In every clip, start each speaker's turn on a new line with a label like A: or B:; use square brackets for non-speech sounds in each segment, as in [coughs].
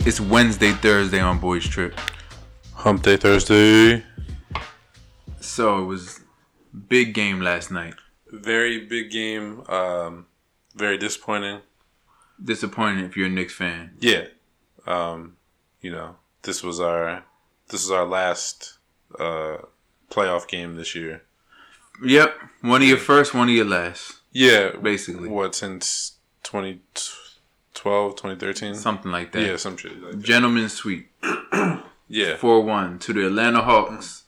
A: It's Wednesday, Thursday on Boys Trip.
B: Hump Day Thursday.
A: So it was big game last night.
B: Very big game. Um, very disappointing.
A: Disappointing if you're a Knicks fan.
B: Yeah. Um, you know, this was our this is our last uh, playoff game this year.
A: Yep, one of your first, one of your last,
B: Yeah.
A: basically,
B: What since 2012, 2013?
A: something like that.
B: yeah, some shit. Like that.
A: Gentlemen's sweep,
B: Yeah.
A: four one to the Atlanta Hawks,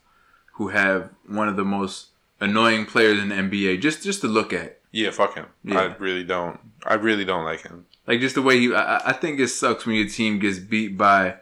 A: who have one of the most annoying players in the NBA. Just just to look at,
B: Yeah, fuck him.
A: Yeah.
B: I really don't. I really don't like him.
A: like just the way he. I, I- I think it sucks when your team gets beat by,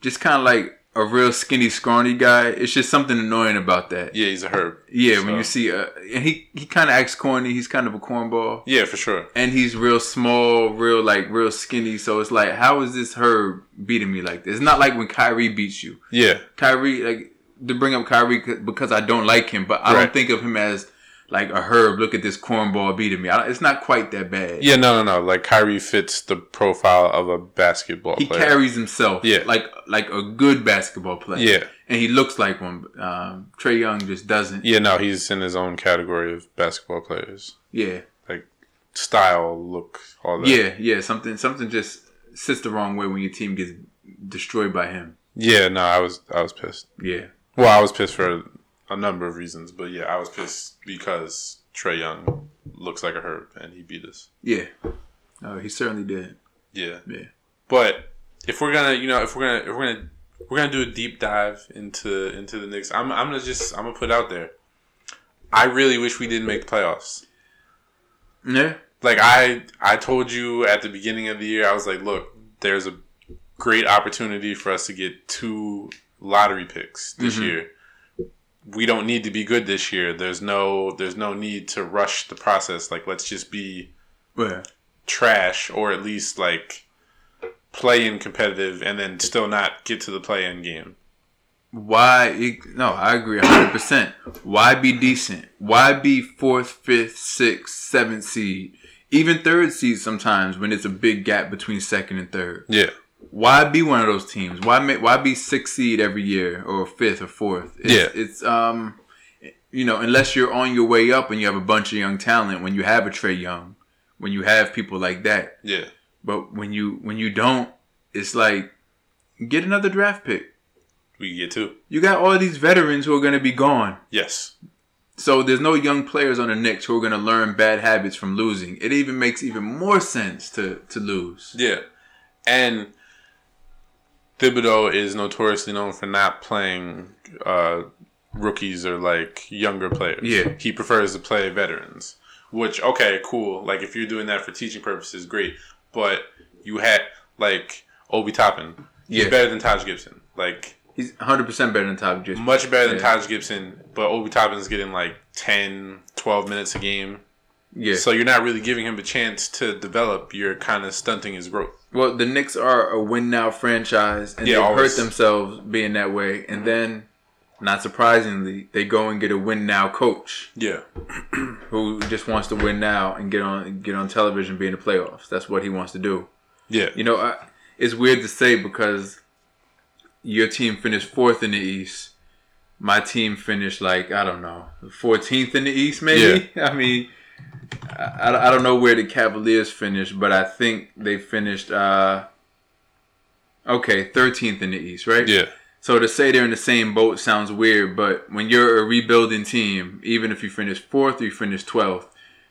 A: just kind of like a real skinny, scrawny guy. It's just something annoying about that.
B: Yeah, he's a herb.
A: Yeah, when
B: So-
A: you see, uh, and he he kind of acts corny. He's kind of a cornball,
B: Yeah, for sure.
A: and he's real small, real like real skinny. So it's like, how is this Herb beating me like this? It's not like when Kyrie beats you.
B: Yeah,
A: Kyrie, like to bring up Kyrie c- because I don't like him, but I don't
B: Right.
A: think of him as like a Herb. Look at this cornball beating me. I, it's not quite that bad.
B: yeah, no, no, no. Like Kyrie fits the profile of a basketball
A: He
B: player.
A: carries himself,
B: Yeah.
A: like like a good basketball player,
B: yeah,
A: and he looks like one. but, Um, Trey Young just doesn't.
B: yeah, no, he's in his own category of basketball players.
A: Yeah,
B: Like style, look, all that.
A: Yeah, yeah, something something just sits the wrong way when your team gets destroyed by him.
B: yeah. No, I was, I was pissed.
A: Yeah.
B: Well, I was pissed for a number of reasons, but yeah, I was pissed because Trey Young looks like a herb and he beat us.
A: Yeah. Oh, he certainly did.
B: Yeah.
A: Yeah.
B: But if we're gonna, you know, if we're gonna, if we're gonna, we're gonna do a deep dive into into the Knicks. I'm I'm gonna just I'm gonna put it out there. I really wish we didn't make the playoffs.
A: Yeah.
B: Like I I told you at the beginning of the year, I was like, look, there's a great opportunity for us to get two lottery picks this
A: Mhm.
B: year. We don't need to be good this year. There's no there's no need to rush the process. Like let's just be
A: Well,
B: trash or at least like play in competitive and then still not get to the play in game.
A: why? It, no, I agree 100. percent Why be decent? Why be fourth, fifth, sixth, seventh seed, even third seed sometimes when it's a big gap between second and third?
B: Yeah.
A: Why be one of those teams? Why make? Why be sixth seed every year or fifth or fourth? It's,
B: Yeah.
A: it's um, you know, unless you're on your way up and you have a bunch of young talent, when you have a Trey Young, when you have people like that,
B: Yeah.
A: but when you when you don't, it's like get another draft pick.
B: We can get two.
A: You got all these veterans who are going to be gone.
B: Yes.
A: So there's no young players on the Knicks who are going to learn bad habits from losing. It even makes even more sense to to lose.
B: Yeah. And Thibodeau is notoriously known for not playing uh, rookies or like younger players.
A: Yeah.
B: He prefers to play veterans. Which okay, cool. Like if you're doing that for teaching purposes, great. But you had like Obi Toppin. He's
A: Yeah.
B: better than Taj Gibson. Like
A: He's 100 percent better than Top Just.
B: much better than
A: Yeah.
B: Taj Gibson, but Obi Toppin's getting like 10, 12 minutes a game.
A: Yeah.
B: So you're not really giving him a chance to develop. You're kind of stunting his growth.
A: Well, the Knicks are a win now franchise, and
B: Yeah,
A: they
B: always. Mm-hmm.
A: hurt themselves being that way. And then, not surprisingly, they go and get a win now coach
B: Yeah.
A: who just wants to win now and get on get on television, be in the playoffs. That's what he wants to do.
B: Yeah.
A: You know, I, it's weird to say because your team finished fourth in the East. My team finished like I don't know, fourteenth in the East, maybe. [laughs] I mean, I, I don't know where the Cavaliers finished, but I think they finished uh, okay thirteenth in the East, right?
B: Yeah.
A: So to say they're in the same boat sounds weird, but when you're a rebuilding team, even if you finish fourth or you finish twelfth,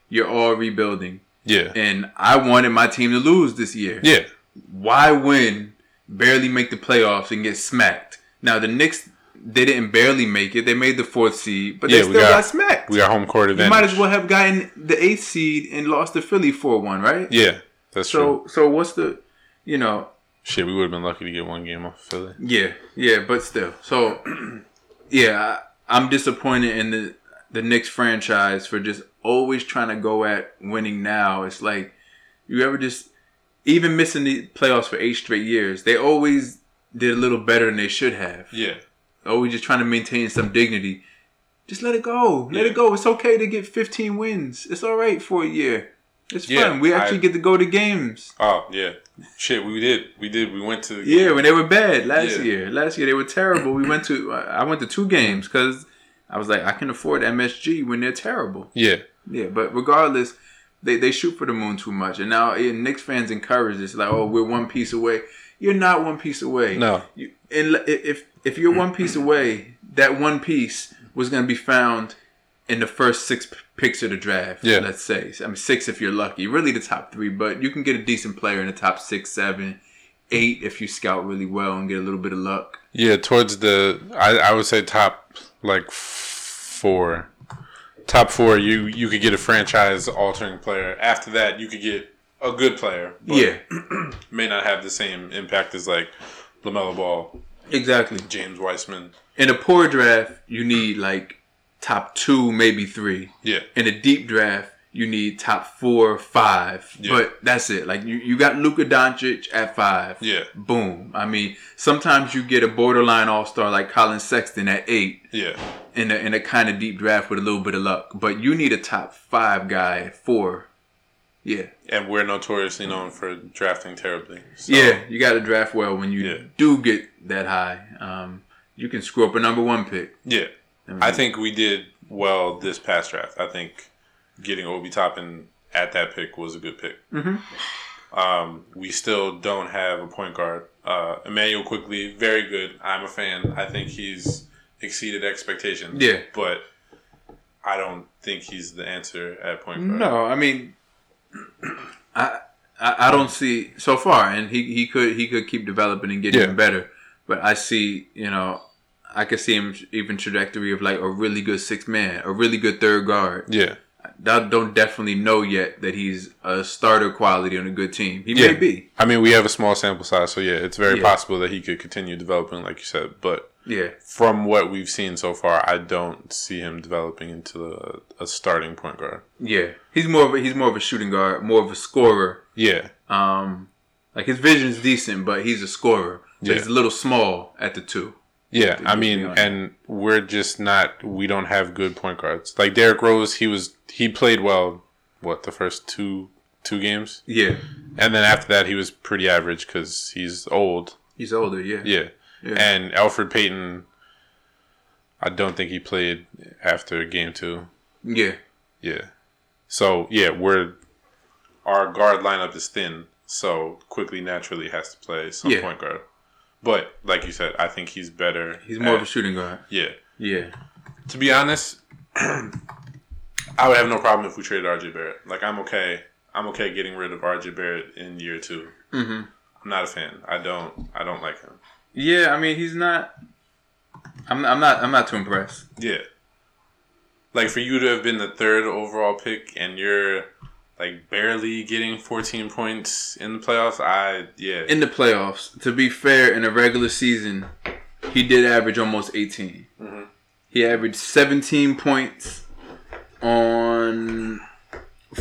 A: you're all rebuilding.
B: Yeah.
A: And I wanted my team to lose this year
B: Yeah.
A: why win, barely make the playoffs, and get smacked? Now the Knicks, they didn't barely make it. They made the fourth seed, but they
B: Yeah, we
A: still got,
B: got-
A: smacked.
B: We are home court
A: you
B: advantage.
A: might as well have gotten the eighth seed and lost to Philly four one, right?
B: Yeah. That's true.
A: so so what's the, you know,
B: Shit, we would have been lucky to get one game off of Philly.
A: yeah, yeah, but still, so [clears throat] yeah, I, I'm disappointed in the the Knicks franchise for just always trying to go at winning now. It's like you ever just even missing the playoffs for eight straight years, they always did a little better than they should have.
B: Yeah.
A: Always just trying to maintain some dignity. Just let it go. Let
B: Yeah.
A: it go. It's okay to get 15 wins. It's all right for a year. It's
B: Yeah,
A: fun. We actually
B: I-
A: get to go to games.
B: Oh yeah, shit. We did. We did. We went to. the
A: Yeah,
B: game.
A: when they were bad last
B: Yeah.
A: year. Last year they were terrible. We went to I went to two games because I was like I can afford MSG when they're terrible.
B: Yeah.
A: Yeah, but regardless, they, they shoot for the moon too much, and now yeah, Knicks fans encourage this like oh we're one piece away. You're not one piece away.
B: No.
A: You, and l- if if you're one piece away, that one piece was going to be found in the first six p- picks of the draft.
B: Yeah.
A: let's say I mean six if you're lucky. Really, the top three, but you can get a decent player in the top six, seven, eight if you scout really well and get a little bit of luck.
B: Yeah. Towards the, I, I would say top like f- four, top four. You you could get a franchise altering player. After that, you could get a good player. but
A: yeah,
B: May not have the same impact as like Lamelo Ball,
A: [clears throat] exactly.
B: James Weissman.
A: In a poor draft, you need like top two, maybe three.
B: Yeah.
A: in a deep draft, you need top four, five.
B: Yeah.
A: But that's it. Like you, you got Luka Doncic at five.
B: Yeah.
A: Boom. I mean, sometimes you get a borderline all star like Colin Sexton at eight
B: Yeah.
A: in a in a kind of deep draft with a little bit of luck. But you need a top five guy at four. Yeah.
B: And we're notoriously known for drafting terribly. So,
A: Yeah. You gotta draft well when you
B: Yeah.
A: do get that high. Um you can screw up a number one pick.
B: Yeah.
A: mean,
B: I think we did well this past draft. I think getting Obi Toppin at that pick was a good pick.
A: Mhm.
B: Um, we still don't have a point guard. Uh, Emmanuel quickly, very good. I'm a fan. I think he's exceeded expectations.
A: Yeah.
B: but I don't think he's the answer at point guard.
A: No, I mean, [clears throat] I, I I don't see so far, and he, he could he could keep developing and getting
B: Yeah.
A: even better. But I see, you know, I could see him even trajectory of like a really good six man, a really good third guard.
B: Yeah,
A: That don't definitely know yet that he's a starter quality on a good team. He
B: Yeah.
A: may be,
B: I mean we have a small sample size, so yeah, it's very
A: Yeah.
B: possible that he could continue developing, like you said. But
A: yeah.
B: from what we've seen so far, I don't see him developing into a, a starting point guard.
A: Yeah, he's more of a, he's more of a shooting guard, more of a scorer.
B: Yeah,
A: Um, like his vision's decent, but he's a scorer. So
B: Yeah.
A: He's a little small at the two.
B: yeah. I mean,
A: beyond.
B: and we're just not. We don't have good point guards. Like Derrick Rose, he was he played well. What the first two two games,
A: Yeah,
B: and then after that, he was pretty average because he's old.
A: he's older.
B: Yeah.
A: Yeah.
B: and Alfred Payton. I don't think he played after game two.
A: yeah.
B: Yeah. So yeah, we're our guard lineup is thin, so quickly naturally has to play some
A: Yeah.
B: point guard. But like you said, I think he's better.
A: He's more of a
B: at-
A: shooting guard.
B: yeah.
A: Yeah.
B: To be honest, [clears throat] I would have no problem if we traded RJ Barrett. Like I'm okay. I'm okay getting rid of RJ Barrett in year two.
A: hmm
B: I'm not a fan. I don't. I don't like him.
A: Yeah, I mean he's not. I'm, I'm not. I'm not too impressed.
B: Yeah. Like for you to have been the third overall pick and you're like barely getting 14 points in the playoffs, I yeah.
A: In the playoffs, to be fair, in a regular season, he did average almost 18.
B: Mhm.
A: He averaged 17 points on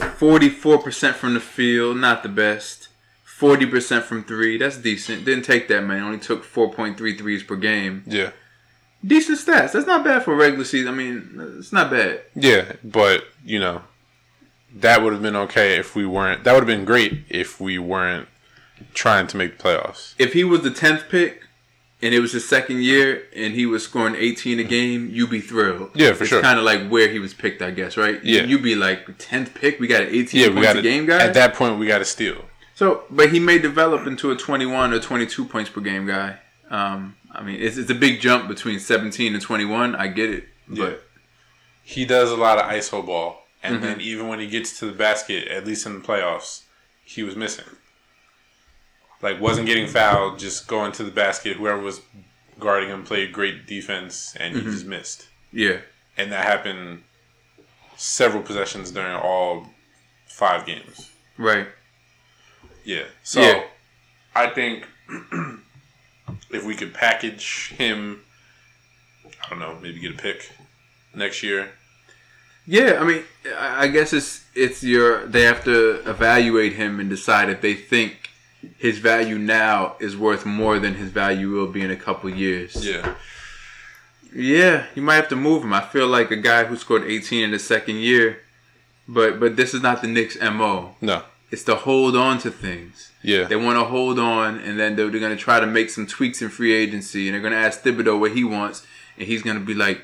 A: 44% from the field. Not the best. 40% from three. That's decent. Didn't take that many. Only took 4.3 threes per game.
B: yeah.
A: Decent stats. That's not bad for a regular season. I mean, it's not bad.
B: Yeah, but you know, that would have been okay if we weren't. That would have been great if we weren't trying to make the playoffs.
A: if he was the tenth pick and it was his second year and he was scoring eighteen a game, you'd be thrilled.
B: Yeah, for sure.
A: Kind of like where he was picked, I guess, right?
B: Yeah.
A: You'd be like the tenth pick. We got an eighteen
B: Yeah, we
A: points
B: got
A: a game guy.
B: At that point, we got to steal.
A: so, but he may develop into a twenty-one or twenty-two points per game guy. Um, I mean, it's, it's a big jump between seventeen and twenty-one. I get it,
B: Yeah.
A: but
B: He does a lot of iso ball, and then even when he gets to the basket, at least in the playoffs, he was missing. Like wasn't getting fouled, just going to the basket. Whoever was guarding him played great defense, and he just missed.
A: yeah,
B: And that happened several possessions during all five games.
A: right.
B: Yeah. So
A: Yeah.
B: I think [clears throat] if we could package him, I don't know, maybe get a pick next year.
A: Yeah, I mean, I I guess it's it's your they have to evaluate him and decide if they think his value now is worth more than his value will be in a couple years.
B: Yeah.
A: yeah, you might have to move him. I feel like a guy who scored 18 in the second year But but this is not the Knicks' mo.
B: No.
A: It's to hold on to things.
B: Yeah.
A: They want to hold on, and then they're, they're going to try to make some tweaks in free agency, and they're going to ask Thibodeau what he wants, and he's going to be like,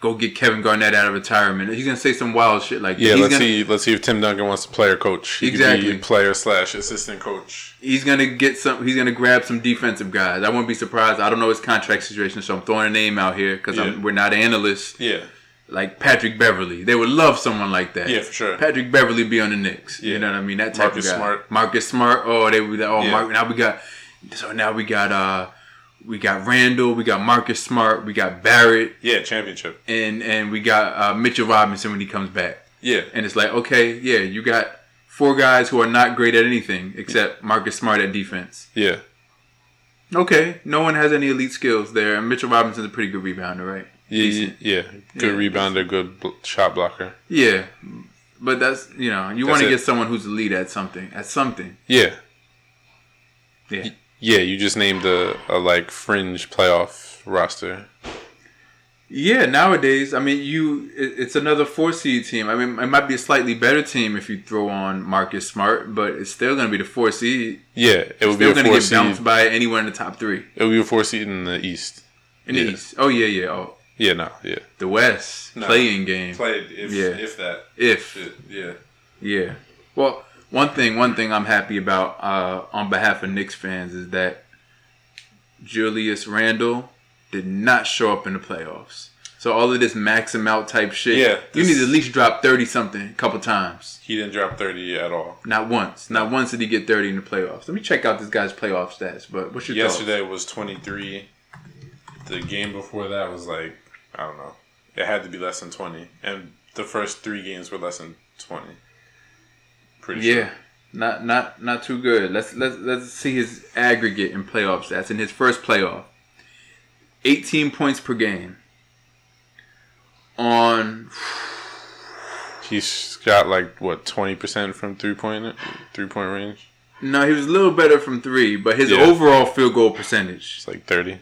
A: "Go get Kevin Garnett out of retirement." He's going to say some wild shit like, that.
B: yeah,
A: He's
B: let's
A: gonna,
B: see. Let's see if Tim Duncan wants to play or coach. He could
A: Exactly.
B: be player slash assistant coach.
A: He's going to get some. He's going to grab some defensive guys. I wouldn't be surprised. I don't know his contract situation, so I'm throwing a name out here because
B: Yeah.
A: we're not analysts
B: Yeah,
A: like Patrick Beverly. They would love someone like that.
B: yeah, for sure.
A: Patrick Beverly be on the Knicks.
B: Yeah.
A: You know what I mean? That type
B: Marcus
A: of guy.
B: Smart.
A: Marcus Smart. Oh, they were oh
B: Yeah.
A: Mark, now we got so now we got uh we got Randall, we got Marcus Smart, we got Barrett,
B: Yeah, championship.
A: and and we got uh, Mitchell Robinson when he comes back.
B: Yeah,
A: And it's like, okay, yeah, you got four guys who are not great at anything except Marcus Smart at defense.
B: yeah,
A: Okay, no one has any elite skills there, and Mitchell Robinson's a pretty good rebounder, right?
B: yeah, yeah. Good
A: Yeah.
B: rebounder, good bl- shot blocker.
A: Yeah, but that's you know you
B: That's
A: want to
B: it.
A: get someone who's elite at something, at something.
B: Yeah,
A: Yeah.
B: yeah. You just named a, a like fringe playoff roster.
A: Yeah, nowadays, I mean, you it, it's another four seed team. I mean, it might be a slightly better team if you throw on Marcus Smart, but it's still going to be the four seed.
B: Yeah, it would be
A: Still
B: a
A: going to
B: four
A: get bounced
B: seed.
A: by anyone in the top three
B: It would be a four seed in the East.
A: in
B: Yeah.
A: the East. Oh yeah, yeah. Oh,
B: Yeah, no, yeah.
A: the West
B: No.
A: playing game.
B: Played if
A: Yeah.
B: if that.
A: If
B: Yeah.
A: yeah, well, one thing, one thing I'm happy about uh, on behalf of Knicks fans is that Julius Randle did not show up in the playoffs. So all of this max him out type shit,
B: Yeah,
A: you
B: this-
A: need to at least drop thirty something a couple times.
B: He didn't drop thirty at all.
A: Not once. Not once did he get 30 in the playoffs. Let me check out this guy's playoff stats. But what's your thoughts?
B: Yesterday was 23. The game before that was like, I don't know. It had to be less than 20. And the first three games were less than 20. Pretty
A: Yeah, not not not too good. Let's let's let's see his aggregate in playoff stats in his first playoff. 18 points per game. On
B: sure. He's got like, what, 20% from three point, three point range?
A: no, he was a little better from three, but his
B: Yeah.
A: overall field goal percentage,
B: It's like 30.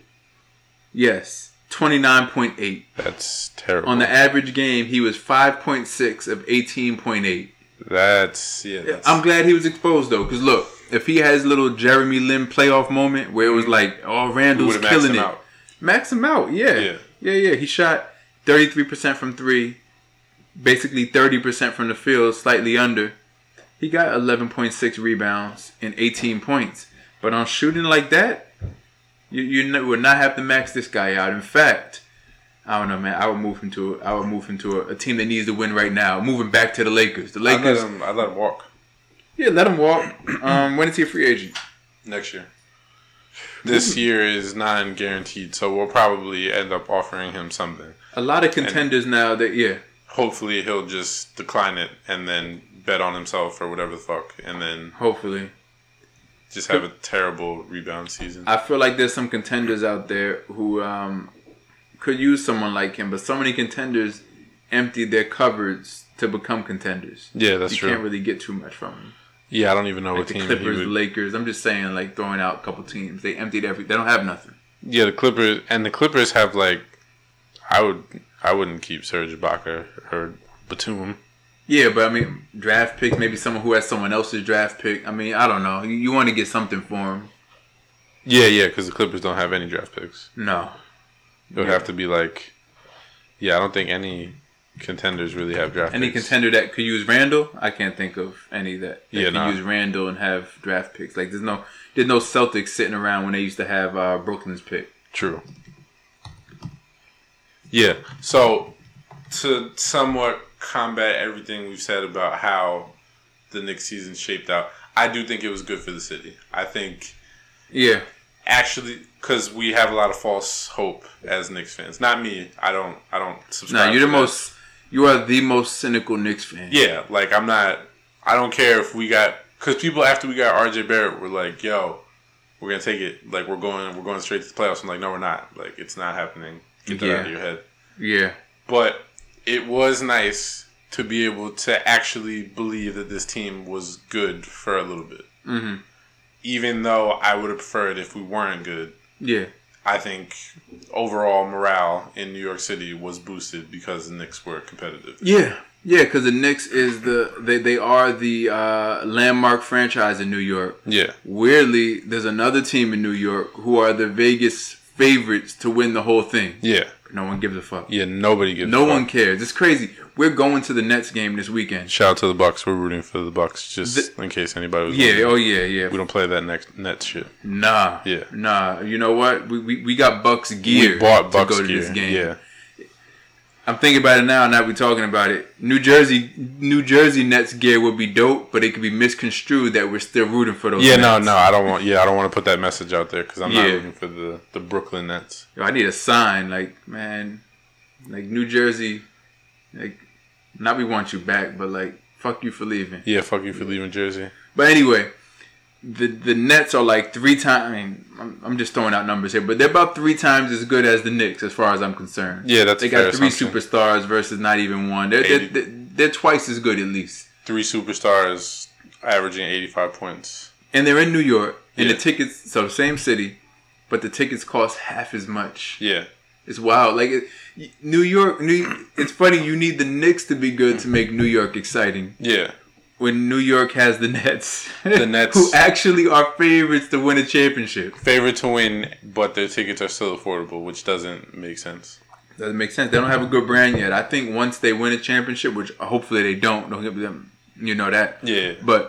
A: yes, 29.8.
B: That's terrible.
A: On the average game, he was 5.6 of 18.8.
B: That's, yeah. That's,
A: I'm glad he was exposed though, because look, if he has little Jeremy Lin playoff moment where it was like, oh,
B: we
A: Randall's
B: Mm-hmm. would've maxed
A: killing
B: him
A: it,
B: out.
A: max him out, yeah,
B: Yeah.
A: yeah, yeah. He shot 33 percent from three, basically 30 percent from the field, slightly under. He got 11.6 rebounds and 18 points, but on shooting like that, you you n- would not have to max this guy out. In fact. I don't know, man. I would move him to I would move him to a, a team that needs to win right now. Move him back to the Lakers. The
B: I let,
A: Lakers
B: him, I let him walk
A: yeah, let him walk. Um, when is he a free agent?
B: next year.
A: [laughs]
B: This year is non guaranteed, so we'll probably end up offering him something.
A: A lot of contenders now that yeah,
B: hopefully he'll just decline it and then bet on himself or whatever the fuck and then
A: hopefully.
B: just have a terrible rebound season.
A: I feel like there's some contenders out there who um, could use someone like him, but so many contenders empty their cupboards to become contenders.
B: Yeah, that's
A: you
B: true.
A: can't really get too much from them.
B: yeah, I don't even know
A: Like
B: what
A: the
B: team he
A: Clippers,
B: would.
A: Lakers. I'm just saying, like throwing out a couple teams. They emptied every. They don't have nothing.
B: Yeah, the Clippers and the Clippers have like I would I wouldn't keep Serge Ibaka or Batum.
A: Yeah, but I mean, draft pick. Maybe someone who has someone else's draft pick. I mean, I don't know. You, you want to get something for him?
B: Yeah, yeah, because the Clippers don't have any draft picks.
A: No.
B: It would
A: Yeah.
B: have to be like, yeah, I don't think any contenders really have draft
A: Any
B: picks.
A: contender that could use Randall, I can't think of any that, that
B: Yeah,
A: could
B: nah.
A: use Randall and have draft picks. Like there's no there's no Celtics sitting around when they used to have uh, Brooklyn's pick.
B: True. Yeah. So, to somewhat combat everything we've said about how the Knicks season shaped out, I do think it was good for the city. I think
A: Yeah,
B: actually because we have a lot of false hope as Knicks fans. Not me. I don't. I don't subscribe.
A: now you're the
B: to that.
A: most you are the most cynical Knicks fan.
B: Yeah. Like I'm not. I don't care if we got because people after we got RJ Barrett were like, "Yo, we're gonna take it. Like we're going. We're going straight to the playoffs." I'm like, "No, we're not. Like it's not happening. Get that out of
A: Yeah.
B: your head."
A: yeah,
B: but it was nice to be able to actually believe that this team was good for a little bit.
A: hmm
B: Even though I would have preferred if we weren't good,
A: yeah.
B: I think overall morale in New York City was boosted because the Knicks were competitive.
A: Yeah, Yeah, because the Knicks is the they, they are the uh, landmark franchise in New York.
B: Yeah.
A: Weirdly, there's another team in New York who are the Vegas favorites to win the whole thing.
B: Yeah.
A: No one gives a fuck.
B: Yeah, nobody gives
A: No
B: a fuck.
A: one cares. It's crazy. We're going to the Nets game this weekend.
B: Shout out to the Bucks. We're rooting for the Bucks just in case anybody was
A: Yeah.
B: wondering.
A: Oh yeah. Yeah.
B: We don't play that next Nets shit.
A: Nah.
B: Yeah.
A: Nah. You know what? We, we, we got Bucks gear.
B: We bought Bucks
A: to go
B: gear.
A: to this game.
B: Yeah.
A: I'm thinking about it now. Now we're talking about it. New Jersey, New Jersey Nets gear would be dope, but it could be misconstrued that we're still rooting for those.
B: Yeah, no,
A: Nets.
B: no, I don't want. Yeah, I don't want to put that message out there because I'm not
A: Yeah.
B: rooting for the the Brooklyn Nets.
A: Yo, I need a sign, like man, like New Jersey, like not we want you back, but like fuck you for leaving.
B: Yeah, fuck you for leaving Jersey.
A: But anyway, the the Nets are like three times. I mean, I'm, I'm just throwing out numbers here, but they're about three times as good as the Knicks, as far as I'm concerned.
B: Yeah, that's
A: they
B: a fair
A: got three
B: assumption.
A: superstars versus not even one. They're, they're,
B: Eighty.
A: they're, they're twice as good at least,
B: Three superstars averaging 85 points.
A: and they're in New York, and
B: Yeah.
A: the tickets so same city, but the tickets cost half as much.
B: Yeah,
A: It's wild. Like it, New York, New, it's funny. You need the Knicks to be good to make New York exciting.
B: yeah,
A: When New York has the Nets, [laughs] the
B: Nets.
A: who actually are favorites to win a championship.
B: favorite to win, but their tickets are still affordable, which doesn't make sense.
A: Doesn't make sense. They don't have a good brand yet. I think once they win a championship, which hopefully they don't, don't give them, you know that.
B: Yeah.
A: But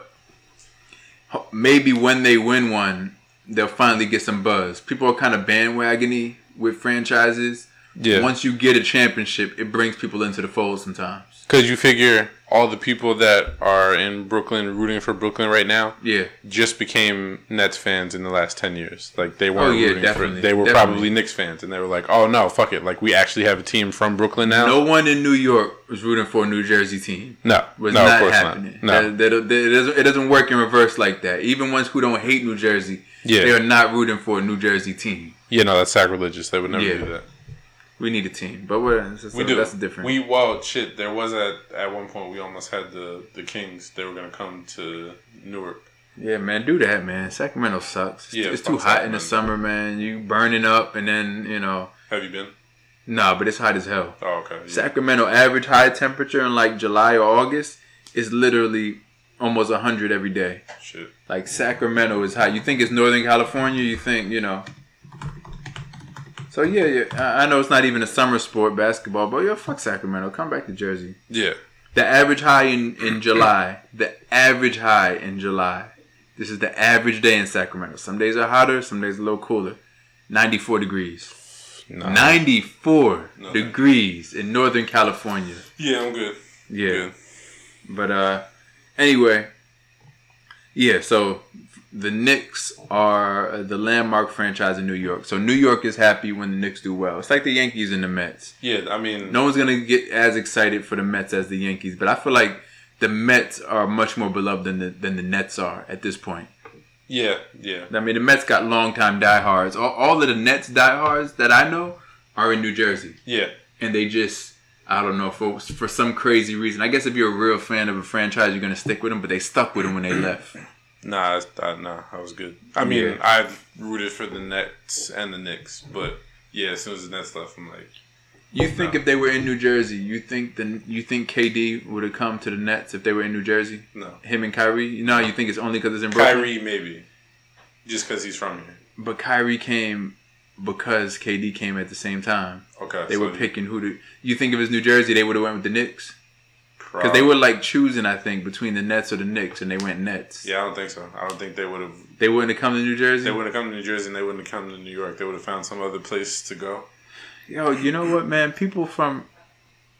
A: ho- maybe when they win one, they'll finally get some buzz. People are kind of bandwagony with franchises.
B: Yeah,
A: Once you get a championship, it brings people into the fold sometimes.
B: because you figure all the people that are in Brooklyn rooting for Brooklyn right now
A: Yeah.
B: just became Nets fans in the last 10 years. Like they weren't
A: Oh, yeah,
B: rooting
A: definitely,
B: for they were
A: definitely.
B: probably Knicks fans and they were like, "Oh no, fuck it. Like we actually have a team from Brooklyn now."
A: No one in New York was rooting for a New Jersey team.
B: No.
A: Was
B: no,
A: not
B: of course
A: happening.
B: not. No.
A: That- that- that- it, doesn't, it doesn't work in reverse like that. Even ones who don't hate New Jersey,
B: Yeah.
A: they are not rooting for a New Jersey team.
B: Yeah, no, that's sacrilegious. They would never
A: Yeah.
B: do that.
A: We need a team, but we're, that's,
B: We do.
A: that's different.
B: We well, shit. There was at at one point we almost had the the Kings. They were gonna come to Newark.
A: yeah, man, do that, man. Sacramento sucks. It's,
B: Yeah,
A: it's
B: fuck
A: too hot in the
B: Sacramento.
A: summer, man. You burning up, and then you know,
B: Have you been?
A: nah, but it's hot as hell.
B: Oh, okay. Yeah.
A: Sacramento average high temperature in like July or August is literally almost hundred every day.
B: shit.
A: Like Sacramento is hot. You think it's Northern California. You think you know. So yeah, yeah. I I know it's not even a summer sport, basketball, but yo, fuck Sacramento. Come back to Jersey.
B: Yeah.
A: The average high in, in July. The average high in July. This is the average day in Sacramento. Some days are hotter, some days a little cooler. 94 degrees.
B: Nah.
A: 94
B: No.
A: degrees in Northern California.
B: Yeah, I'm good.
A: Yeah.
B: Good.
A: But uh anyway, yeah, so the Knicks are the landmark franchise in New York. So New York is happy when the Knicks do well. It's like the Yankees and the Mets.
B: Yeah, I mean,
A: No one's gonna get as excited for the Mets as the Yankees, but I feel like the Mets are much more beloved than the than the Nets are at this point.
B: yeah, yeah,
A: I mean, the Mets got longtime diehards. All, all of the Nets diehards that I know are in New Jersey,
B: yeah,
A: and they just I don't know for for some crazy reason. I guess if you're a real fan of a franchise, you're gonna stick with them, but they stuck with them when they left.
B: nah, it's- uh, nah, I was good. I mean,
A: Yeah.
B: I've rooted for the Nets and the Knicks, but yeah, as soon as the Nets left, I'm like,
A: You think if they were in New Jersey, you think the you think KD would have come to the Nets if they were in New Jersey?
B: no,
A: Him and Kyrie? No, you think it's only because it's in Brooklyn?
B: Kyrie maybe, just because he's from here.
A: But Kyrie came because KD came at the same time.
B: Okay,
A: They
B: so
A: were
B: he
A: picking who to. You think if it's New Jersey, they would have went with the Knicks because
B: prob-
A: they were like choosing, I think, between the Nets or the Knicks, and they went Nets.
B: Yeah, I don't think so. I don't think they would have.
A: They wouldn't have come to New Jersey.
B: They would have come to New Jersey and they wouldn't have come to New York. They would have found some other place to go.
A: Yo, you know what, man? People from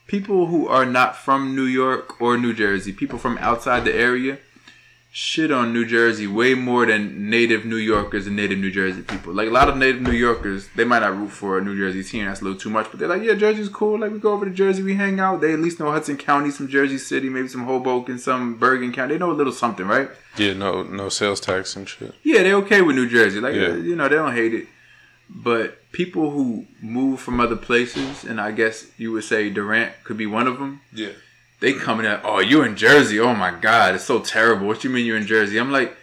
A: people who are not from New York or New Jersey, people from outside the area, shit on New Jersey way more than native New Yorkers and native New Jersey people. Like a lot of native New Yorkers, they might not root for a New Jersey team. That's a little too much, but they're like, yeah, Jersey's cool. Like we go over to Jersey, we hang out. They at least know Hudson County, some Jersey City, maybe some Hoboken, some Bergen County. They know a little something, right?
B: Yeah, no, no sales tax and shit.
A: Yeah, they're okay with New Jersey. Like
B: Yeah.
A: uh, you know, they don't hate it. But people who move from other places, and I guess you would say Durant could be one of them.
B: Yeah,
A: They coming at, oh, you in Jersey? Oh my God, it's so terrible. What you mean you're in Jersey? I'm like,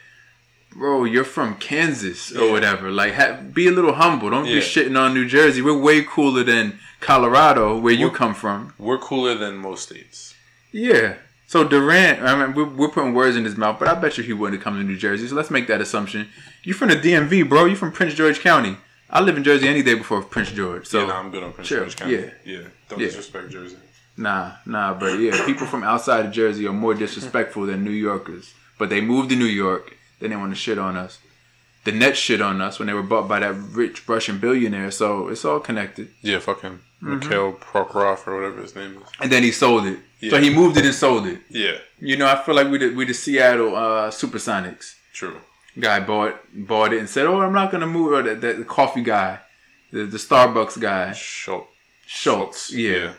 A: bro, you're from Kansas or
B: Yeah.
A: whatever. Like, ha- be a little humble. Don't be
B: Yeah.
A: shitting on New Jersey. We're way cooler than Colorado, where you
B: We're-
A: come from.
B: we're cooler than most states.
A: Yeah. So Durant, I mean, we're, we're putting words in his mouth, but I bet you he wouldn't have come to New Jersey. So let's make that assumption. You from the DMV, bro? You from Prince George County? I live in Jersey any day before Prince George. So
B: yeah, no, I'm good on Prince
A: Sure,
B: George County.
A: yeah.
B: yeah. Don't
A: Yeah.
B: disrespect Jersey.
A: Nah, nah, but yeah, people from outside of Jersey are more disrespectful than New Yorkers. But they moved to New York, then they want to shit on us. The Nets shit on us when they were bought by that rich Russian billionaire, so it's all connected.
B: Yeah, fucking Mikhail Prokhorov or whatever his name is.
A: And then he sold it. So
B: Yeah.
A: he moved it and sold it.
B: Yeah,
A: You know, I feel like we the, we the Seattle uh, Supersonics.
B: true.
A: guy bought bought it and said, "Oh, I'm not gonna move." Or that, that the coffee guy, the, the Starbucks guy,
B: Schultz.
A: Schultz, yeah,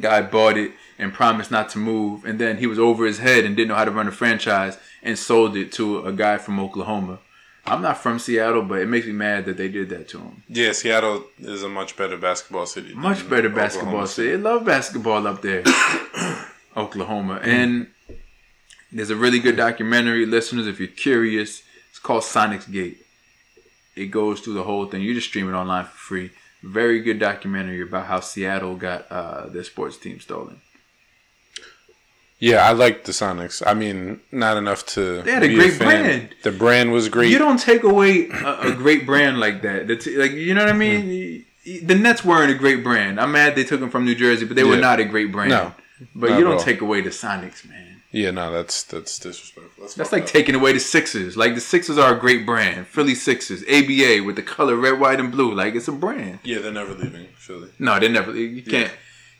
A: guy bought it and promised not to move, and then he was over his head and didn't know how to run a franchise and sold it to a guy from Oklahoma. I'm not from Seattle, but it makes me mad that they did that to him.
B: Yeah, Seattle is a much better basketball city. than
A: Much better
B: Oklahoma
A: basketball city. They love basketball up
B: [coughs]
A: there, Oklahoma. And there's a really good documentary, listeners, if you're curious. It's called Sonic's Gate. It goes through the whole thing. You just stream it online for free. Very good documentary about how Seattle got uh, their sports team stolen.
B: Yeah, I like the Sonics. I mean, not enough to.
A: They had a
B: be
A: great
B: fan.
A: brand.
B: The brand was great.
A: You don't take away a, a great brand like that. The t- like you know what I mean.
B: Mm-hmm.
A: Y- y- The Nets weren't a great brand. I'm mad they took them from New Jersey, but they were
B: Yeah.
A: not a great brand.
B: No,
A: but
B: not
A: you
B: at
A: don't
B: all.
A: take away the Sonics, man.
B: yeah, no, that's that's disrespectful. That's,
A: That's
B: fucked
A: like
B: up.
A: taking away the Sixers. Like the Sixers are a great brand. Philly Sixers, ABA with the color red, white, and blue. Like it's a brand.
B: Yeah, they're never leaving Philly.
A: No, they never. You can't.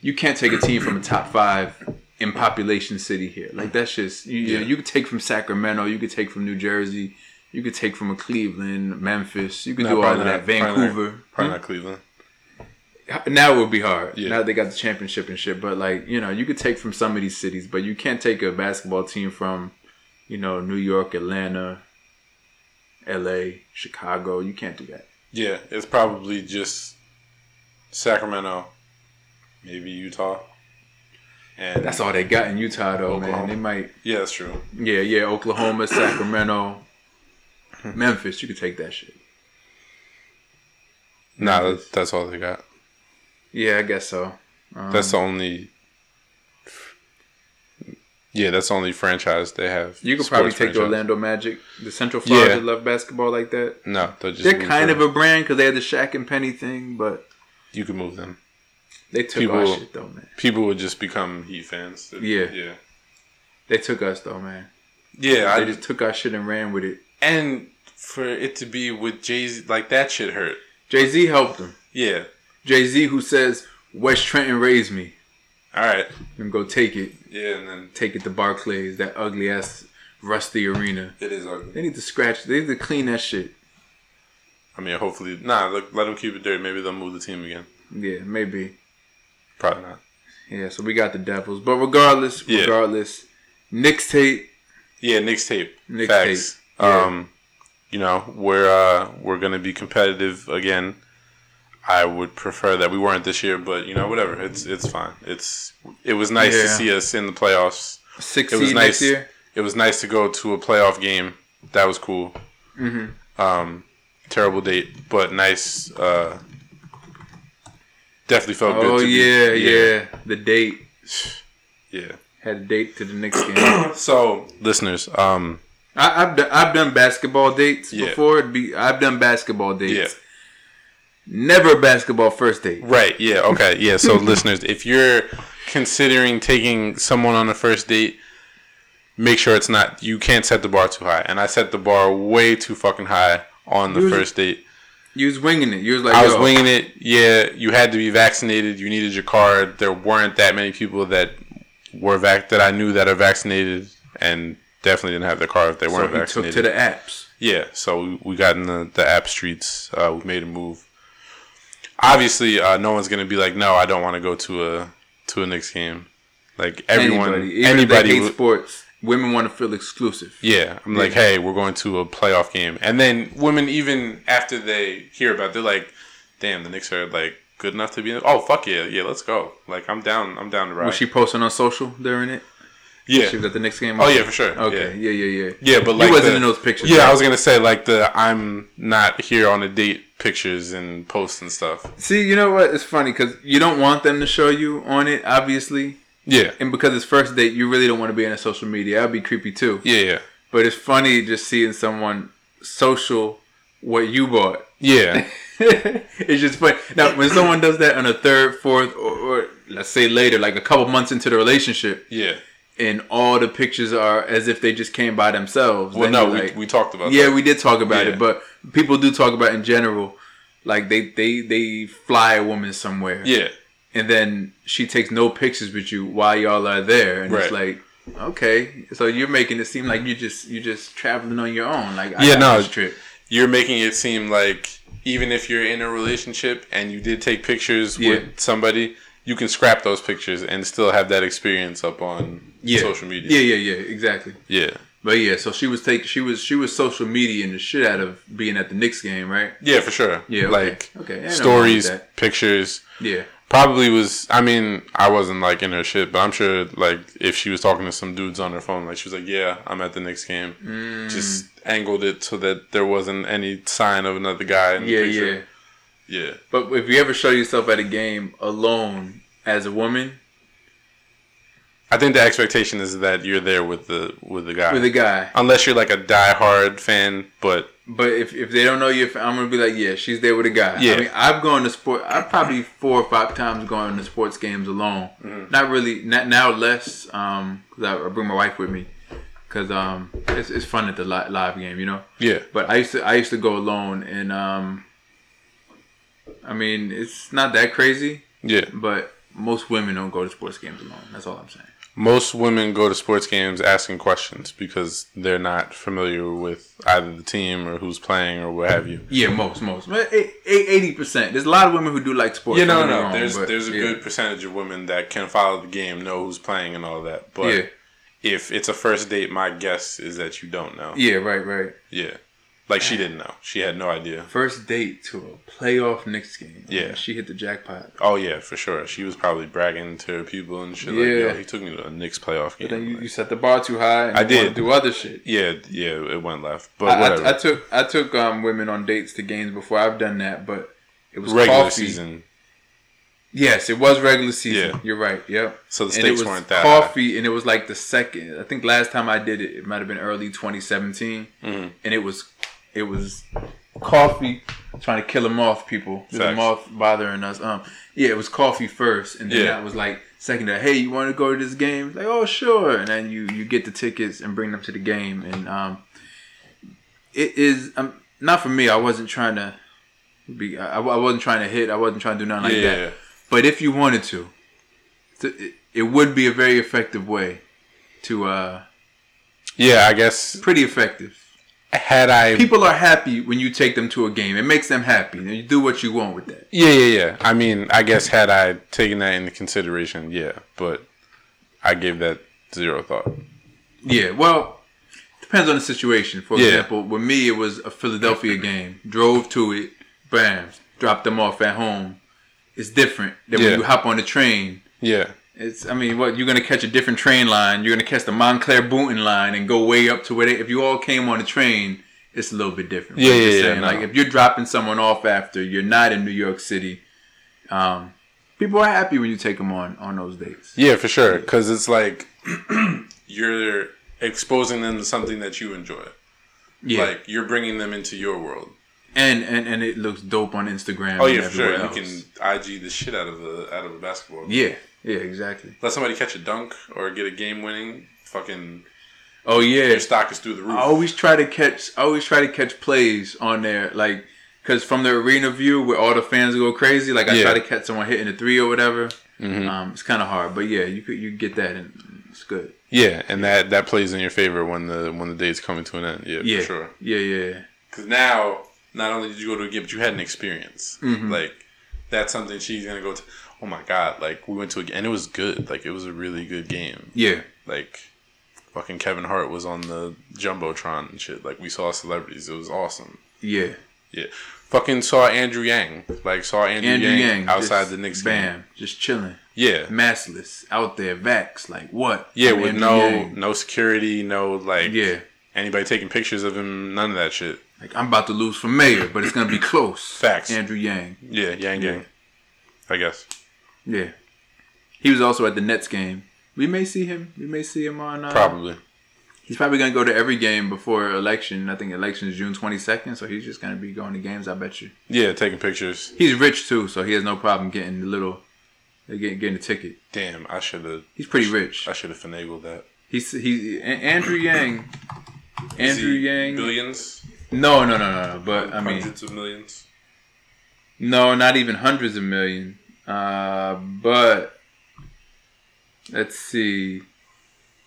A: You can't take a team from a top five in population city here. Like that's just you.
B: Yeah.
A: You could take from Sacramento. You could take from New Jersey. You could take from a Cleveland, Memphis. You could
B: No,
A: do all of
B: probably
A: that.
B: not-
A: Vancouver.
B: Probably not, probably not Cleveland.
A: Now it would be hard.
B: Yeah.
A: Now they got the championship and shit. But like you know, you could take from some of these cities, but you can't take a basketball team from, you know, New York, Atlanta, L.A., Chicago. You can't do that.
B: Yeah, it's probably just Sacramento, maybe Utah, and
A: That's all they got in Utah, though, man.
B: Oklahoma.
A: They might.
B: yeah, that's true.
A: Yeah, yeah, Oklahoma, Sacramento,
B: Hmm.
A: Memphis. You could take that shit.
B: Nah, that, that's all they got.
A: Yeah, I guess so. Um,
B: That's the only. Yeah, that's the only franchise they have.
A: you could
B: sports
A: probably take the
B: franchise.
A: Orlando Magic, the Central Florida
B: Yeah.
A: love basketball like that.
B: No, they're just.
A: They're kind of a brand because they had the Shaq and Penny thing, but
B: You could move them.
A: they took our
B: People-
A: shit though, man.
B: People would just become Heat fans.
A: Yeah.
B: yeah,
A: They took us though, man.
B: yeah.
A: They
B: I,
A: just took our shit and ran with it.
B: and for it to be with Jay Z, like that shit hurt.
A: Jay Z helped them.
B: Yeah.
A: Jay Z, who says West Trenton raised me,
B: All right.
A: and go take it,
B: Yeah, and then
A: take it to Barclays, that ugly ass rusty arena.
B: it is ugly.
A: They need to scratch. They need to clean that shit.
B: I mean, hopefully, nah. Let, let them keep it dirty. Maybe they'll move the team again.
A: Yeah, maybe.
B: Probably not.
A: Yeah, so we got the Devils. But regardless,
B: Yeah.
A: regardless, Knicks tape.
B: Yeah, Knicks tape.
A: Knicks
B: Facts.
A: tape. Yeah.
B: Um, you know, we're uh, we're gonna be competitive again. I would prefer that we weren't this year, but you know, whatever. It's it's fine. It's it was nice to
A: Yeah.
B: see us in the playoffs.
A: Six
B: It was
A: seed
B: nice.
A: next year.
B: It was nice to go to a playoff game. That was cool. Mm-hmm. Um, terrible date, but nice. Uh, definitely felt good.
A: Oh
B: to be-
A: yeah, yeah, The date
B: yeah,
A: had a date to the Knicks
B: [coughs]
A: game.
B: yeah. So, listeners, um,
A: I, I've done, I've done basketball dates
B: Yeah.
A: before. It'd be I've done basketball dates.
B: yeah.
A: Never basketball first date.
B: Right. Yeah. Okay. Yeah.
A: [laughs]
B: So, listeners, if you're considering taking someone on a first date, make sure it's not. You can't set the bar too high. And I set the bar way too fucking high on the
A: You was-
B: first date.
A: You was winging it. You was like,
B: I was
A: Yo,
B: winging it. Yeah. You had to be vaccinated. You needed your card. There weren't that many people that were vac that I knew that are vaccinated, and definitely didn't have their card if they
A: So
B: weren't
A: he took
B: vaccinated.
A: to the apps.
B: Yeah, so we, we got in the, the app streets. Uh, we made a move. Obviously, uh, no one's gonna be like, "No, I don't want to go to a to a Knicks game." Like everyone,
A: anybody,
B: anybody,
A: even anybody if they hate
B: would-
A: sports, women want to feel exclusive.
B: yeah, I'm like,
A: Yeah.
B: "Hey, we're going to a playoff game," and then women, even after they hear about, it, they're like, "Damn, the Knicks are like good enough to be in." Oh, fuck yeah, yeah, let's go. Like, I'm down. I'm down to ride.
A: Was she posting on social during it?
B: yeah.
A: She was at the Knicks game.
B: oh yeah, for sure.
A: Okay.
B: Yeah.
A: Yeah. Yeah. Yeah.
B: Yeah, but like
A: wasn't
B: the-
A: in those pictures,
B: Yeah,
A: right?
B: I was gonna say like the I'm not here on a date pictures and posts and stuff.
A: See, you know what? It's funny because you don't want them to show you on it, obviously.
B: Yeah.
A: And because it's first date, you really don't want to be on a social media. That'd be creepy too.
B: Yeah. Yeah.
A: But it's funny just seeing someone social what you bought. [laughs]
B: Yeah.
A: it's just funny. Now, when someone does that on a third, fourth, or, or let's say later, like a couple months into the relationship, [laughs]
B: Yeah.
A: and all the pictures are as if they just came by themselves.
B: Well,
A: then
B: no,
A: you're
B: we,
A: like-
B: we talked about
A: yeah,
B: that.
A: we did talk about
B: Yeah.
A: it, but people do talk about in general, like they they they fly a woman somewhere,
B: Yeah.
A: and then she takes no pictures with you while y'all are there, and it's
B: Right.
A: like. Okay, so you're making it seem like you just you just traveling on your own, like I
B: Yeah,
A: got
B: no.
A: this trip.
B: You're making it seem like even if you're in a relationship and you did take pictures
A: Yeah.
B: with somebody, you can scrap those pictures and still have that experience up on
A: Yeah.
B: social media.
A: Yeah, yeah, yeah, exactly.
B: Yeah.
A: But yeah, so she was take she was she was social media and the shit out of being at the Knicks game, right?
B: Yeah, for sure.
A: Yeah, okay.
B: Like
A: Okay, ain't nothing wrong with
B: stories,
A: that.
B: pictures.
A: Yeah,
B: Probably was. I mean, I wasn't like in her shit, but I'm sure like if she was talking to some dudes on her phone, like she was like, "Yeah, I'm at the next game." Just angled it so that there wasn't any sign of another guy. In
A: yeah,
B: the
A: yeah.
B: picture. yeah, yeah.
A: But if you ever show yourself at a game alone as a woman
B: I think the expectation is that you're there with the with the guy,
A: with a guy,
B: unless you're like a diehard fan. But
A: But if, if they don't know you, if- I'm gonna be like, yeah, she's there with a guy.
B: Yeah.
A: I mean, I've gone to sport. I've probably four or five times gone to sports games alone. Not really. Not now less. Um, 'cause I, I bring my wife with me. Cause um, it's, it's fun at the li- live game, you know.
B: yeah,
A: But I used to I used to go alone, and um, I mean, it's not that crazy.
B: yeah.
A: But most women don't go to sports games alone. That's all I'm saying.
B: Most women go to sports games asking questions because they're not familiar with either the team or who's playing or what have you.
A: Yeah, most most. Eighty percent. There's a lot of women who do like sports.
B: Yeah,
A: don't
B: no,
A: get me
B: no.
A: wrong,
B: there's
A: but
B: there's a
A: yeah.
B: good percentage of women that can follow the game, know who's playing, and all that. But
A: Yeah.
B: if it's a first date, my guess is that you don't know.
A: Yeah.
B: Yeah,
A: Right. Right.
B: like she didn't know. She had no idea.
A: First date to a playoff Knicks game.
B: Yeah.
A: Man, she hit the jackpot.
B: Oh yeah, for sure. She was probably bragging to her people and shit.
A: Yeah.
B: Like, Yo, he took me to a Knicks playoff game.
A: But then you,
B: Like,
A: you set the bar too high. And
B: I
A: you wanna
B: did.
A: do other shit.
B: yeah, yeah, it went left, but
A: I,
B: whatever.
A: I, I took I took um, women on dates to games before. I've done that, but it was
B: Regular
A: coffee.
B: season.
A: Yes, it was regular season.
B: Yeah.
A: You're right. Yep.
B: So the
A: and it
B: stakes
A: was
B: weren't that high.
A: coffee, and it was like the second. I think last time I did it, it might have been early 2017,
B: Mhm.
A: and it was it was coffee trying to kill them off, people. The
B: Facts.
A: moth bothering us. Um, yeah, it was coffee first, and then
B: Yeah.
A: that was like second. To, hey, you want to go to this game? Like, oh sure, and then you you get the tickets and bring them to the game, and um, it is um not for me. I wasn't trying to be. I, I wasn't trying to hit. I wasn't trying to do nothing like
B: Yeah,
A: that.
B: yeah.
A: But if you wanted to, to- it, it would be a very effective way to uh
B: Yeah, I guess
A: pretty effective.
B: had I
A: People are happy when you take them to a game. It makes them happy. And you do what you want with that.
B: Yeah, yeah, yeah. I mean, I guess had I taken that into consideration, yeah, but I gave that zero thought.
A: Yeah, well, depends on the situation. For
B: Yeah.
A: example, with me, it was a Philadelphia game. Drove to it, bam, dropped them off at home. It's different than
B: Yeah.
A: when you hop on the train.
B: Yeah,
A: It's, I mean, what you're gonna catch a different train line. You're gonna catch the Montclair Boonton line and go way up to where they. If you all came on the train, it's a little bit different.
B: Yeah,
A: I'm
B: yeah,
A: just
B: yeah,
A: saying,
B: no.
A: Like if you're dropping someone off after you're not in New York City, um, people are happy when you take them on on those dates.
B: yeah, for sure. Because it's like [clears throat] you're exposing them to something that you enjoy.
A: Yeah,
B: Like you're bringing them into your world.
A: and and and it looks dope on Instagram.
B: Oh
A: and
B: yeah, for sure.
A: everywhere else.
B: You can IG the shit out of a out of a basketball. game.
A: Yeah, yeah, exactly.
B: Let somebody catch a dunk or get a game winning. Fucking
A: Oh yeah, Oh.
B: your stock is through the roof.
A: I always try to catch. I always try to catch plays on there, like because from the arena view where all the fans go crazy. Like I
B: Yeah. Mm-hmm.
A: try to catch someone hitting a three or whatever. Um, it's kind of hard, but yeah, you could you get that and it's good.
B: Yeah, and that that plays in your favor when the when the day's coming to an end. Yeah,
A: Yeah,
B: for sure.
A: yeah, yeah,
B: Because now, not only did you go to a game, but you had an experience.
A: Mm-hmm.
B: Like, that's something she's going to go to. Oh my God. Like, we went to a game, and it was good. Like, it was a really good game.
A: yeah.
B: Like, fucking Kevin Hart was on the Jumbotron and shit. Like, we saw celebrities. It was awesome.
A: Yeah,
B: Yeah. Fucking saw Andrew Yang. Like, saw Andrew,
A: Andrew
B: Yang,
A: Yang
B: outside
A: just
B: the Knicks
A: bam,
B: game.
A: just chilling,
B: Yeah.
A: maskless out there, vax, like what?
B: Yeah,
A: I'm
B: with
A: Andrew
B: no
A: Yang.
B: no security, no, like,
A: yeah,
B: anybody taking pictures of him, none of that shit.
A: like I'm about to lose for mayor, but it's gonna be close.
B: [laughs] Facts.
A: Andrew Yang.
B: Yeah, Yang Gang. I guess.
A: Yeah. He was also at the Nets game. We may see him. We may see him on. Uh,
B: Probably.
A: He's probably going to go to every game before election. I think election is June 22nd, so he's just going to be going to games, I bet you.
B: Yeah, taking pictures.
A: He's rich, too, so he has no problem getting the little, getting, getting a ticket.
B: Damn, I should have.
A: He's pretty rich.
B: I should have finagled that.
A: He's, he, A- Andrew Yang.
B: Is
A: Andrew
B: he
A: Yang.
B: Billions.
A: No, no, no, no, no. But, I mean,
B: hundreds of millions.
A: no, not even hundreds of million. Uh, but, let's see.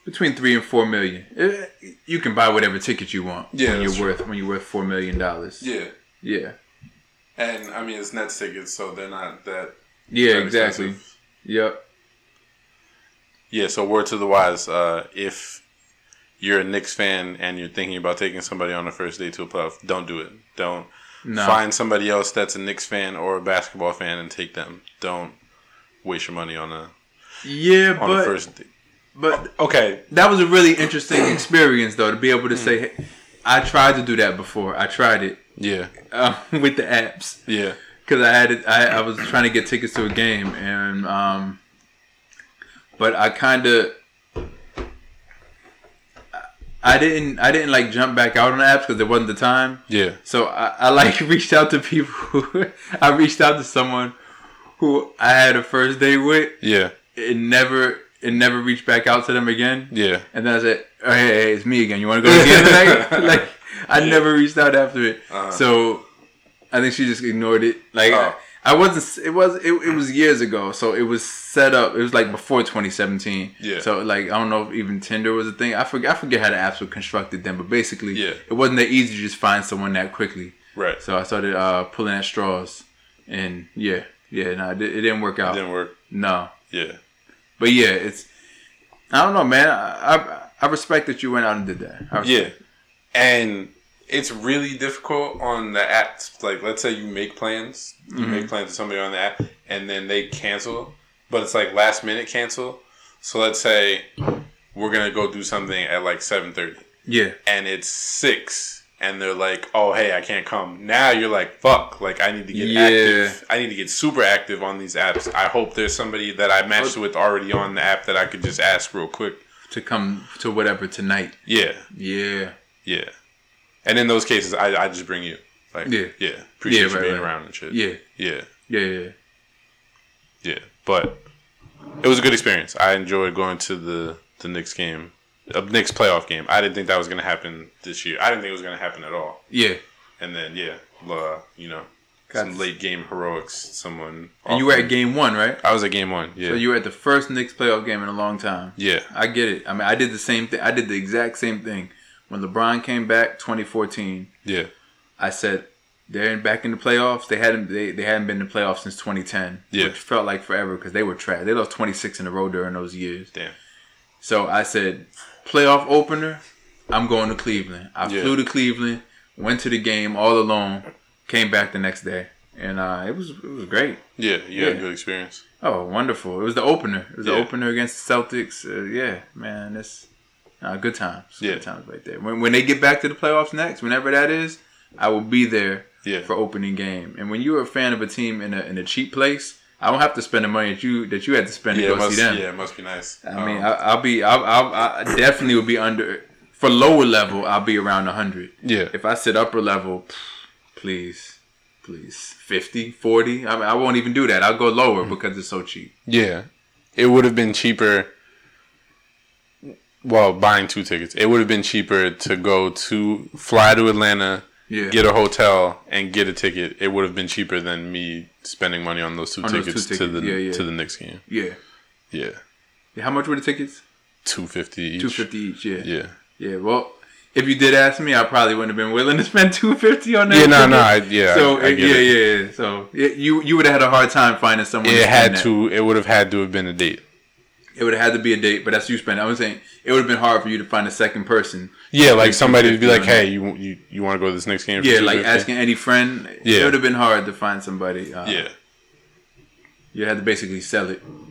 A: Between three and four million, Eh, you can buy whatever ticket you want
B: Yeah,
A: when
B: that's
A: you're worth when you're worth four million dollars.
B: Yeah,
A: Yeah.
B: and I mean it's Nets tickets, so they're not that.
A: Yeah,
B: that
A: exactly.
B: expensive.
A: Yep.
B: Yeah, so word to the wise, uh, if you're a Knicks fan and you're thinking about taking somebody on the first date to a playoff, don't do it. Don't
A: No.
B: find somebody else that's a Knicks fan or a basketball fan and take them. Don't waste your money on a
A: Yeah,
B: on
A: but
B: a first date.
A: but
B: Okay,
A: that was a really interesting
B: [clears throat]
A: experience though to be able to
B: Mm.
A: say, hey, I tried to do that before. I tried it
B: yeah,
A: uh, [laughs] with the apps
B: yeah,
A: because I had it. I, I was trying to get tickets to a game and um, but I kind of. I didn't. I didn't like jump back out on the apps because there wasn't the time.
B: yeah,
A: So I, I like [laughs] reached out to people. [laughs] Who, I reached out to someone who I had a first date with,
B: yeah,
A: it never it never reached back out to them again.
B: yeah.
A: And then I said, oh, hey, hey, it's me again. You want to go again
B: [laughs]
A: tonight? [laughs] like I never reached out after it.
B: Uh-huh.
A: So I think she just ignored it. Like
B: Oh.
A: I, I wasn't. It was it, it was years ago. So it was set up. It was like before 2017.
B: Yeah.
A: So like I don't know if even Tinder was a thing. I forget. I forget how the apps were constructed then. But basically,
B: Yeah.
A: it wasn't that easy to just find someone that quickly.
B: Right,
A: So I started uh, pulling at straws, and yeah, yeah, no, it, di- it didn't work out.
B: didn't work.
A: No.
B: Yeah,
A: But yeah, it's I don't know, man. I I, I respect that you went out and did that. I
B: yeah, and it's really difficult on the apps. Like, let's say you make plans, you make plans with somebody on the app, and then they cancel, but it's like last minute cancel. So let's say we're gonna go do something at like seven thirty,
A: yeah,
B: and it's six. And they're like, "Oh, hey, I can't come." Now you're like, "Fuck! Like, I need to get
A: Yeah.
B: active. I need to get super active on these apps. I hope there's somebody that I matched with already on the app that I could just ask real quick."
A: to come to whatever tonight.
B: Yeah,
A: Yeah,
B: Yeah. And in those cases, I, I just bring you. Like,
A: Yeah.
B: Yeah. Appreciate
A: Yeah,
B: you
A: right,
B: being
A: right.
B: around and shit.
A: yeah,
B: Yeah.
A: yeah, yeah.
B: Yeah. But it was a good experience. I enjoyed going to the, the Knicks game, uh, Knicks playoff game. I didn't think that was going to happen this year. I didn't think it was going to happen at all.
A: yeah.
B: And then, yeah, uh, you know,
A: Got-
B: some late game heroics. Someone.
A: And you were at
B: offered-
A: game one, right?
B: I was at game one. Yeah.
A: So you were at the first Knicks playoff game in a long time.
B: yeah.
A: I get it. I mean, I did the same thing. I did the exact same thing when LeBron came back, 2014.
B: Yeah.
A: I said they're in- back in the playoffs. They hadn't they, they hadn't been in the playoffs since 2010,
B: Yeah.
A: which felt like forever because they were trash. They lost 26 in a row during those years.
B: Damn.
A: So I said, playoff opener, I'm going to Cleveland. I
B: Yeah.
A: flew to Cleveland, went to the game all alone, came back the next day, and uh, it was it was great.
B: Yeah. You had a
A: Yeah.
B: good experience.
A: Oh, wonderful! It was the opener. It was
B: Yeah.
A: the opener against the Celtics. Uh, yeah, man, that's uh, good times.
B: Yeah.
A: Good times right there. When when they get back to the playoffs next, whenever that is, I will be there
B: Yeah.
A: for opening game. And when you're a fan of a team in a in a cheap place, I don't have to spend the money that you that you had to spend
B: Yeah.
A: to
B: It
A: go
B: must,
A: see them.
B: yeah. It must be nice.
A: I mean,
B: Um,
A: I, I'll be, I'll, I'll, I definitely will be under for lower level. I'll be around hundred.
B: yeah.
A: If I sit upper level, pff, please, please, 50, 40. I mean, I won't even do that. I'll go lower
B: Mm-hmm.
A: because it's so cheap.
B: Yeah. It would have been cheaper. Well, buying two tickets. It would have been cheaper to go to fly to Atlanta,
A: Yeah,
B: get a hotel, and get a ticket. It would have been cheaper than me spending money on those two,
A: On those
B: tickets,
A: two
B: to
A: tickets,
B: the
A: yeah, yeah.
B: to the Knicks game.
A: yeah.
B: Yeah,
A: How much were the tickets?
B: two fifty each.
A: Two fifty each. Yeah. yeah,
B: Yeah.
A: Well, if you did ask me, I probably wouldn't have been willing to spend two fifty on that.
B: Yeah. No.
A: ticket.
B: No. I, yeah.
A: So
B: I, I
A: it-
B: get
A: yeah,
B: it.
A: yeah, yeah. So yeah, you you would have had a hard time finding someone.
B: It
A: spend
B: had
A: that.
B: to. It would have had to have been a date.
A: It would have had to be a date, but that's you spending. I was saying it would have been hard for you to find a second person
B: Yeah, like somebody to be like,
A: $250
B: "Hey, you you, you want to go to this next game?" for
A: Yeah, like
B: $250?"
A: asking any friend.
B: Yeah.
A: It would have been hard to find somebody. Uh,
B: Yeah,
A: You had to basically sell it and,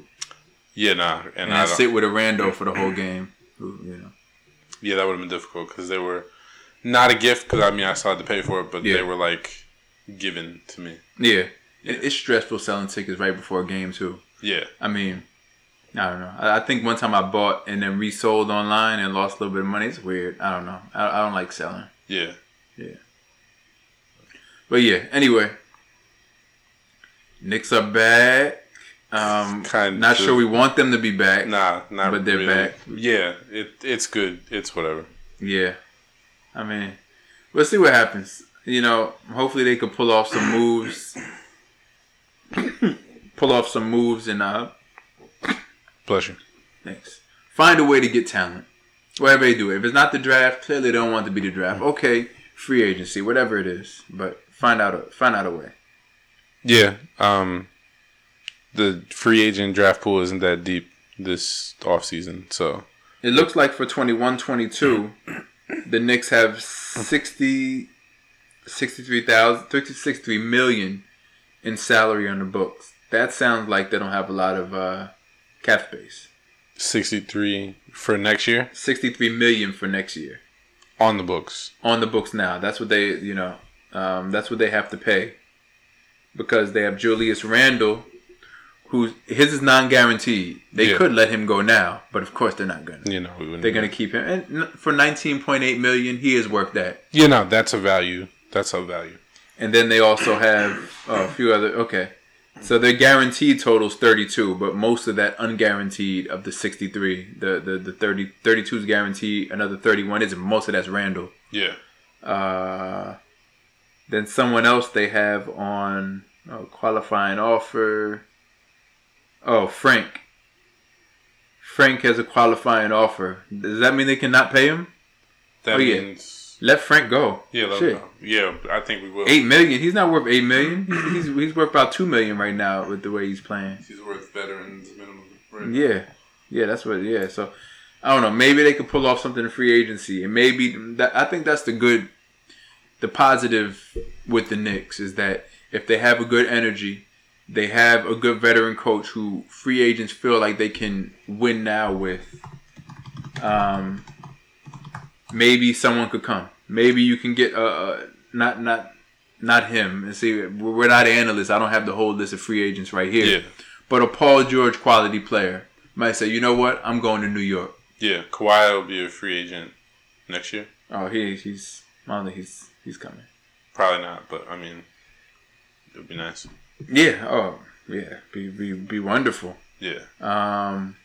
B: yeah, nah, and, I
A: then
B: don't,
A: sit with a rando for the whole game. Who, you know.
B: Yeah, that would have been difficult because they were not a gift. Because I mean, I still had to pay for it, but
A: Yeah.
B: they were like given to me.
A: Yeah. It, it's stressful selling tickets right before a game, too.
B: Yeah,
A: I mean, I don't know. I, I think one time I bought and then resold online and lost a little bit of money. It's weird. I don't know. I, I don't like selling.
B: Yeah.
A: Yeah. But yeah. Anyway, Knicks are back. Um,
B: Kinda
A: not
B: just-
A: sure we want them to be back.
B: Nah, not
A: But they're
B: really.
A: back.
B: Yeah, it it's good. It's whatever.
A: Yeah. I mean, we'll see what happens. You know, hopefully they can pull off some moves. [coughs] pull off some moves and uh
B: Bless you.
A: thanks. Find a way to get talent. Whatever they do. If it's not the draft, clearly they don't want it to be the draft.
B: Mm-hmm.
A: Okay, free agency, whatever it is. But find out a find out a way.
B: Yeah. Um, the free agent draft pool isn't that deep this offseason, so
A: It looks like for 21 22, the Knicks have 60, 63,000 63 million in salary on the books. That sounds like they don't have a lot of uh, cap space.
B: sixty three for next year
A: 63 million for next year
B: on the books.
A: on the books now. That's what they, you know, um, that's what they have to pay because they have Julius Randle, who his is non guaranteed. They
B: Yeah.
A: could let him go now, but of course they're not going to.
B: You know, we wouldn't
A: They're going to keep him. And n- for 19.8 million, he is worth that.
B: Yeah, no, that's a value. That's a value.
A: And then they also have oh, a few other. Okay, so their guaranteed totals thirty two, but most of that unguaranteed of the sixty three, the the the 30, 32 is guaranteed. Another thirty one isn't. Most of that's Randall.
B: Yeah.
A: Uh, then someone else they have on oh, qualifying offer. Oh, Frank. Frank has a qualifying offer. Does that mean they cannot pay him?
B: That
A: Oh, yeah.
B: means
A: Let Frank go.
B: yeah, let
A: Shit.
B: them know. yeah. I think we will.
A: Eight million. He's not worth eight million. He's, he's, he's worth about two million right now with the way he's playing.
B: He's worth veterans minimum.
A: Yeah, yeah, that's what. Yeah, so I don't know. Maybe they could pull off something in free agency, and maybe that. I think that's the good, the positive with the Knicks is that if they have a good energy, they have a good veteran coach who free agents feel like they can win now with. Um, maybe someone could come. Maybe you can get a uh, not not not him. And see, we're not analysts. I don't have the whole list of free agents right here
B: Yeah.
A: but a Paul George quality player might say, you know what, I'm going to New York.
B: Yeah. Kawhi will be a free agent next year.
A: Oh, he he's I don't think he's he's coming.
B: Probably not, but I mean, it would be nice.
A: Yeah. Oh, yeah. Be be be wonderful.
B: Yeah.
A: Um.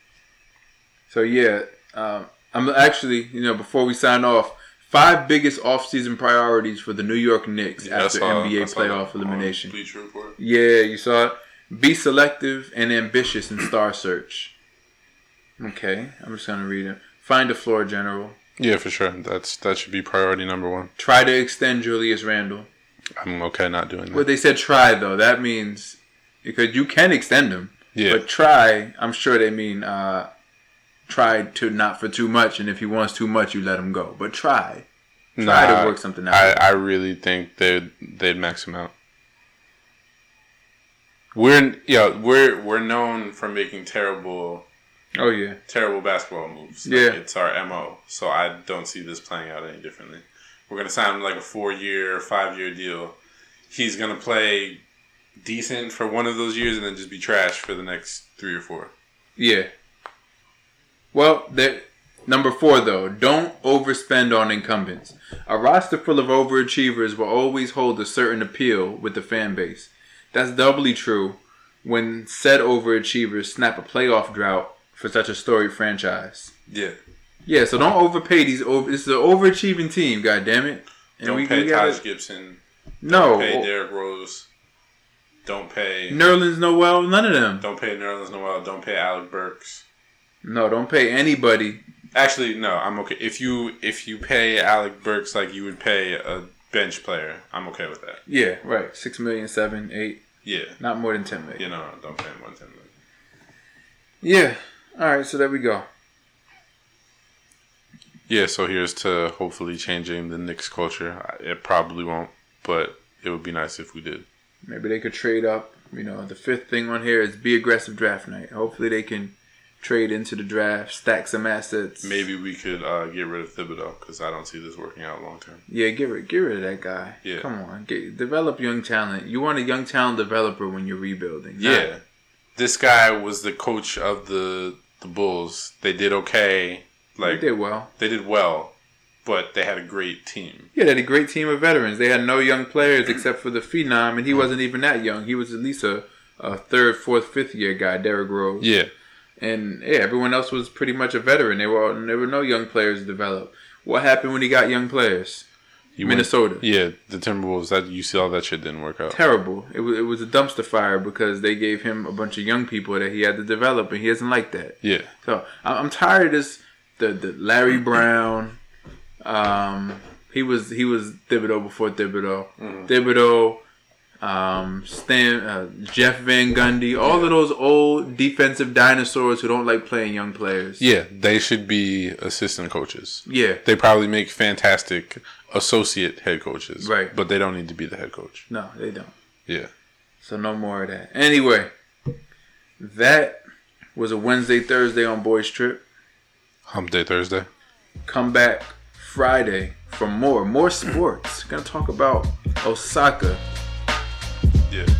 A: So yeah, um, I'm actually you know before we sign off, five biggest offseason priorities for the New York Knicks
B: Yeah, I
A: after
B: saw- I Oh,
A: NBA
B: saw that
A: playoff
B: on
A: elimination.
B: Bleacher Report.
A: Yeah, you saw it. Be selective and ambitious in star search. Okay, I'm just gonna read it. Find a floor general.
B: Yeah, for sure. That's that should be priority number one.
A: Try to extend Julius Randle.
B: I'm okay not doing that.
A: Well, they said try though. That means because you can extend them,
B: yeah,
A: but try. I'm sure they mean uh, try to not for too much, and if he wants too much, you let him go. But try, try
B: Nah,
A: to work something out.
B: I, I really think they they'd max him out. We're yeah we're we're known for making terrible
A: oh yeah,
B: terrible basketball moves.
A: Yeah.
B: it's our mo. So I don't see this playing out any differently. We're gonna sign him like a four year, five year deal. He's gonna play decent for one of those years and then just be trash for the next three or four.
A: yeah. Well, that number four though. Don't overspend on incumbents. A roster full of overachievers will always hold a certain appeal with the fan base. That's doubly true when said overachievers snap a playoff drought for such a storied franchise.
B: Yeah,
A: Yeah, so don't overpay these. Over, it's an overachieving team. God damn it! And
B: don't
A: we,
B: pay
A: we
B: Taj
A: gotta, Oh,
B: Gibson.
A: no
B: Pay Derrick Rose. Don't pay.
A: Nerlens Noel. None of them.
B: Don't pay Nerlens Noel. Don't pay Alec Burks.
A: No, don't pay anybody.
B: Actually, no, I'm okay. If you if you pay Alec Burks like you would pay a bench player, I'm okay with that.
A: Yeah, right. Six million, seven, eight,
B: Yeah,
A: not more than ten million.
B: you know, don't pay him one ten million.
A: Yeah. All right. So there we go.
B: Yeah, so here's to hopefully changing the Knicks culture. I- It probably won't, but it would be nice if we did.
A: Maybe they could trade up. You know, the fifth thing on here is be aggressive draft night. Hopefully they can trade into the draft, stack some assets.
B: Maybe we could uh, get rid of Thibodeau because I don't see this working out long term.
A: Yeah, get rid, get rid of that guy.
B: Yeah.
A: Come on, get, develop young talent. You want a young talent developer when you're rebuilding. not-
B: Yeah, this guy was the coach of the the Bulls. They did okay. Like
A: they did well.
B: They did well, but they had a great team.
A: Yeah, they had a great team of veterans. They had no young players except for the phenom, and he wasn't even that young. He was at least a, a third, fourth, fifth year guy, Derrick Rose.
B: Yeah,
A: and yeah, everyone else was pretty much a veteran. They were all, there were no young players developed. What happened when he got young players?
B: You
A: Minnesota.
B: Went, yeah, the Timberwolves. That you see, all that shit didn't work out.
A: Terrible. It was it was a dumpster fire because they gave him a bunch of young people that he had to develop, and he doesn't like that.
B: Yeah,
A: So I- I'm tired of this. The, the Larry Brown, um, he was he was Thibodeau before Thibodeau.
B: Mm-hmm.
A: Thibodeau, um, Stan, uh, Jeff Van Gundy, all of those old defensive dinosaurs who don't like playing young players.
B: yeah. They should be assistant coaches.
A: Yeah.
B: They probably make fantastic associate head coaches.
A: Right.
B: But they don't need to be the head coach.
A: No, they don't.
B: Yeah.
A: So no more of that. Anyway, that was a Wednesday Thursday on Boys Trip.
B: Hump Day Thursday.
A: Come back Friday for more more sports. Gonna talk about Osaka.
B: Yeah.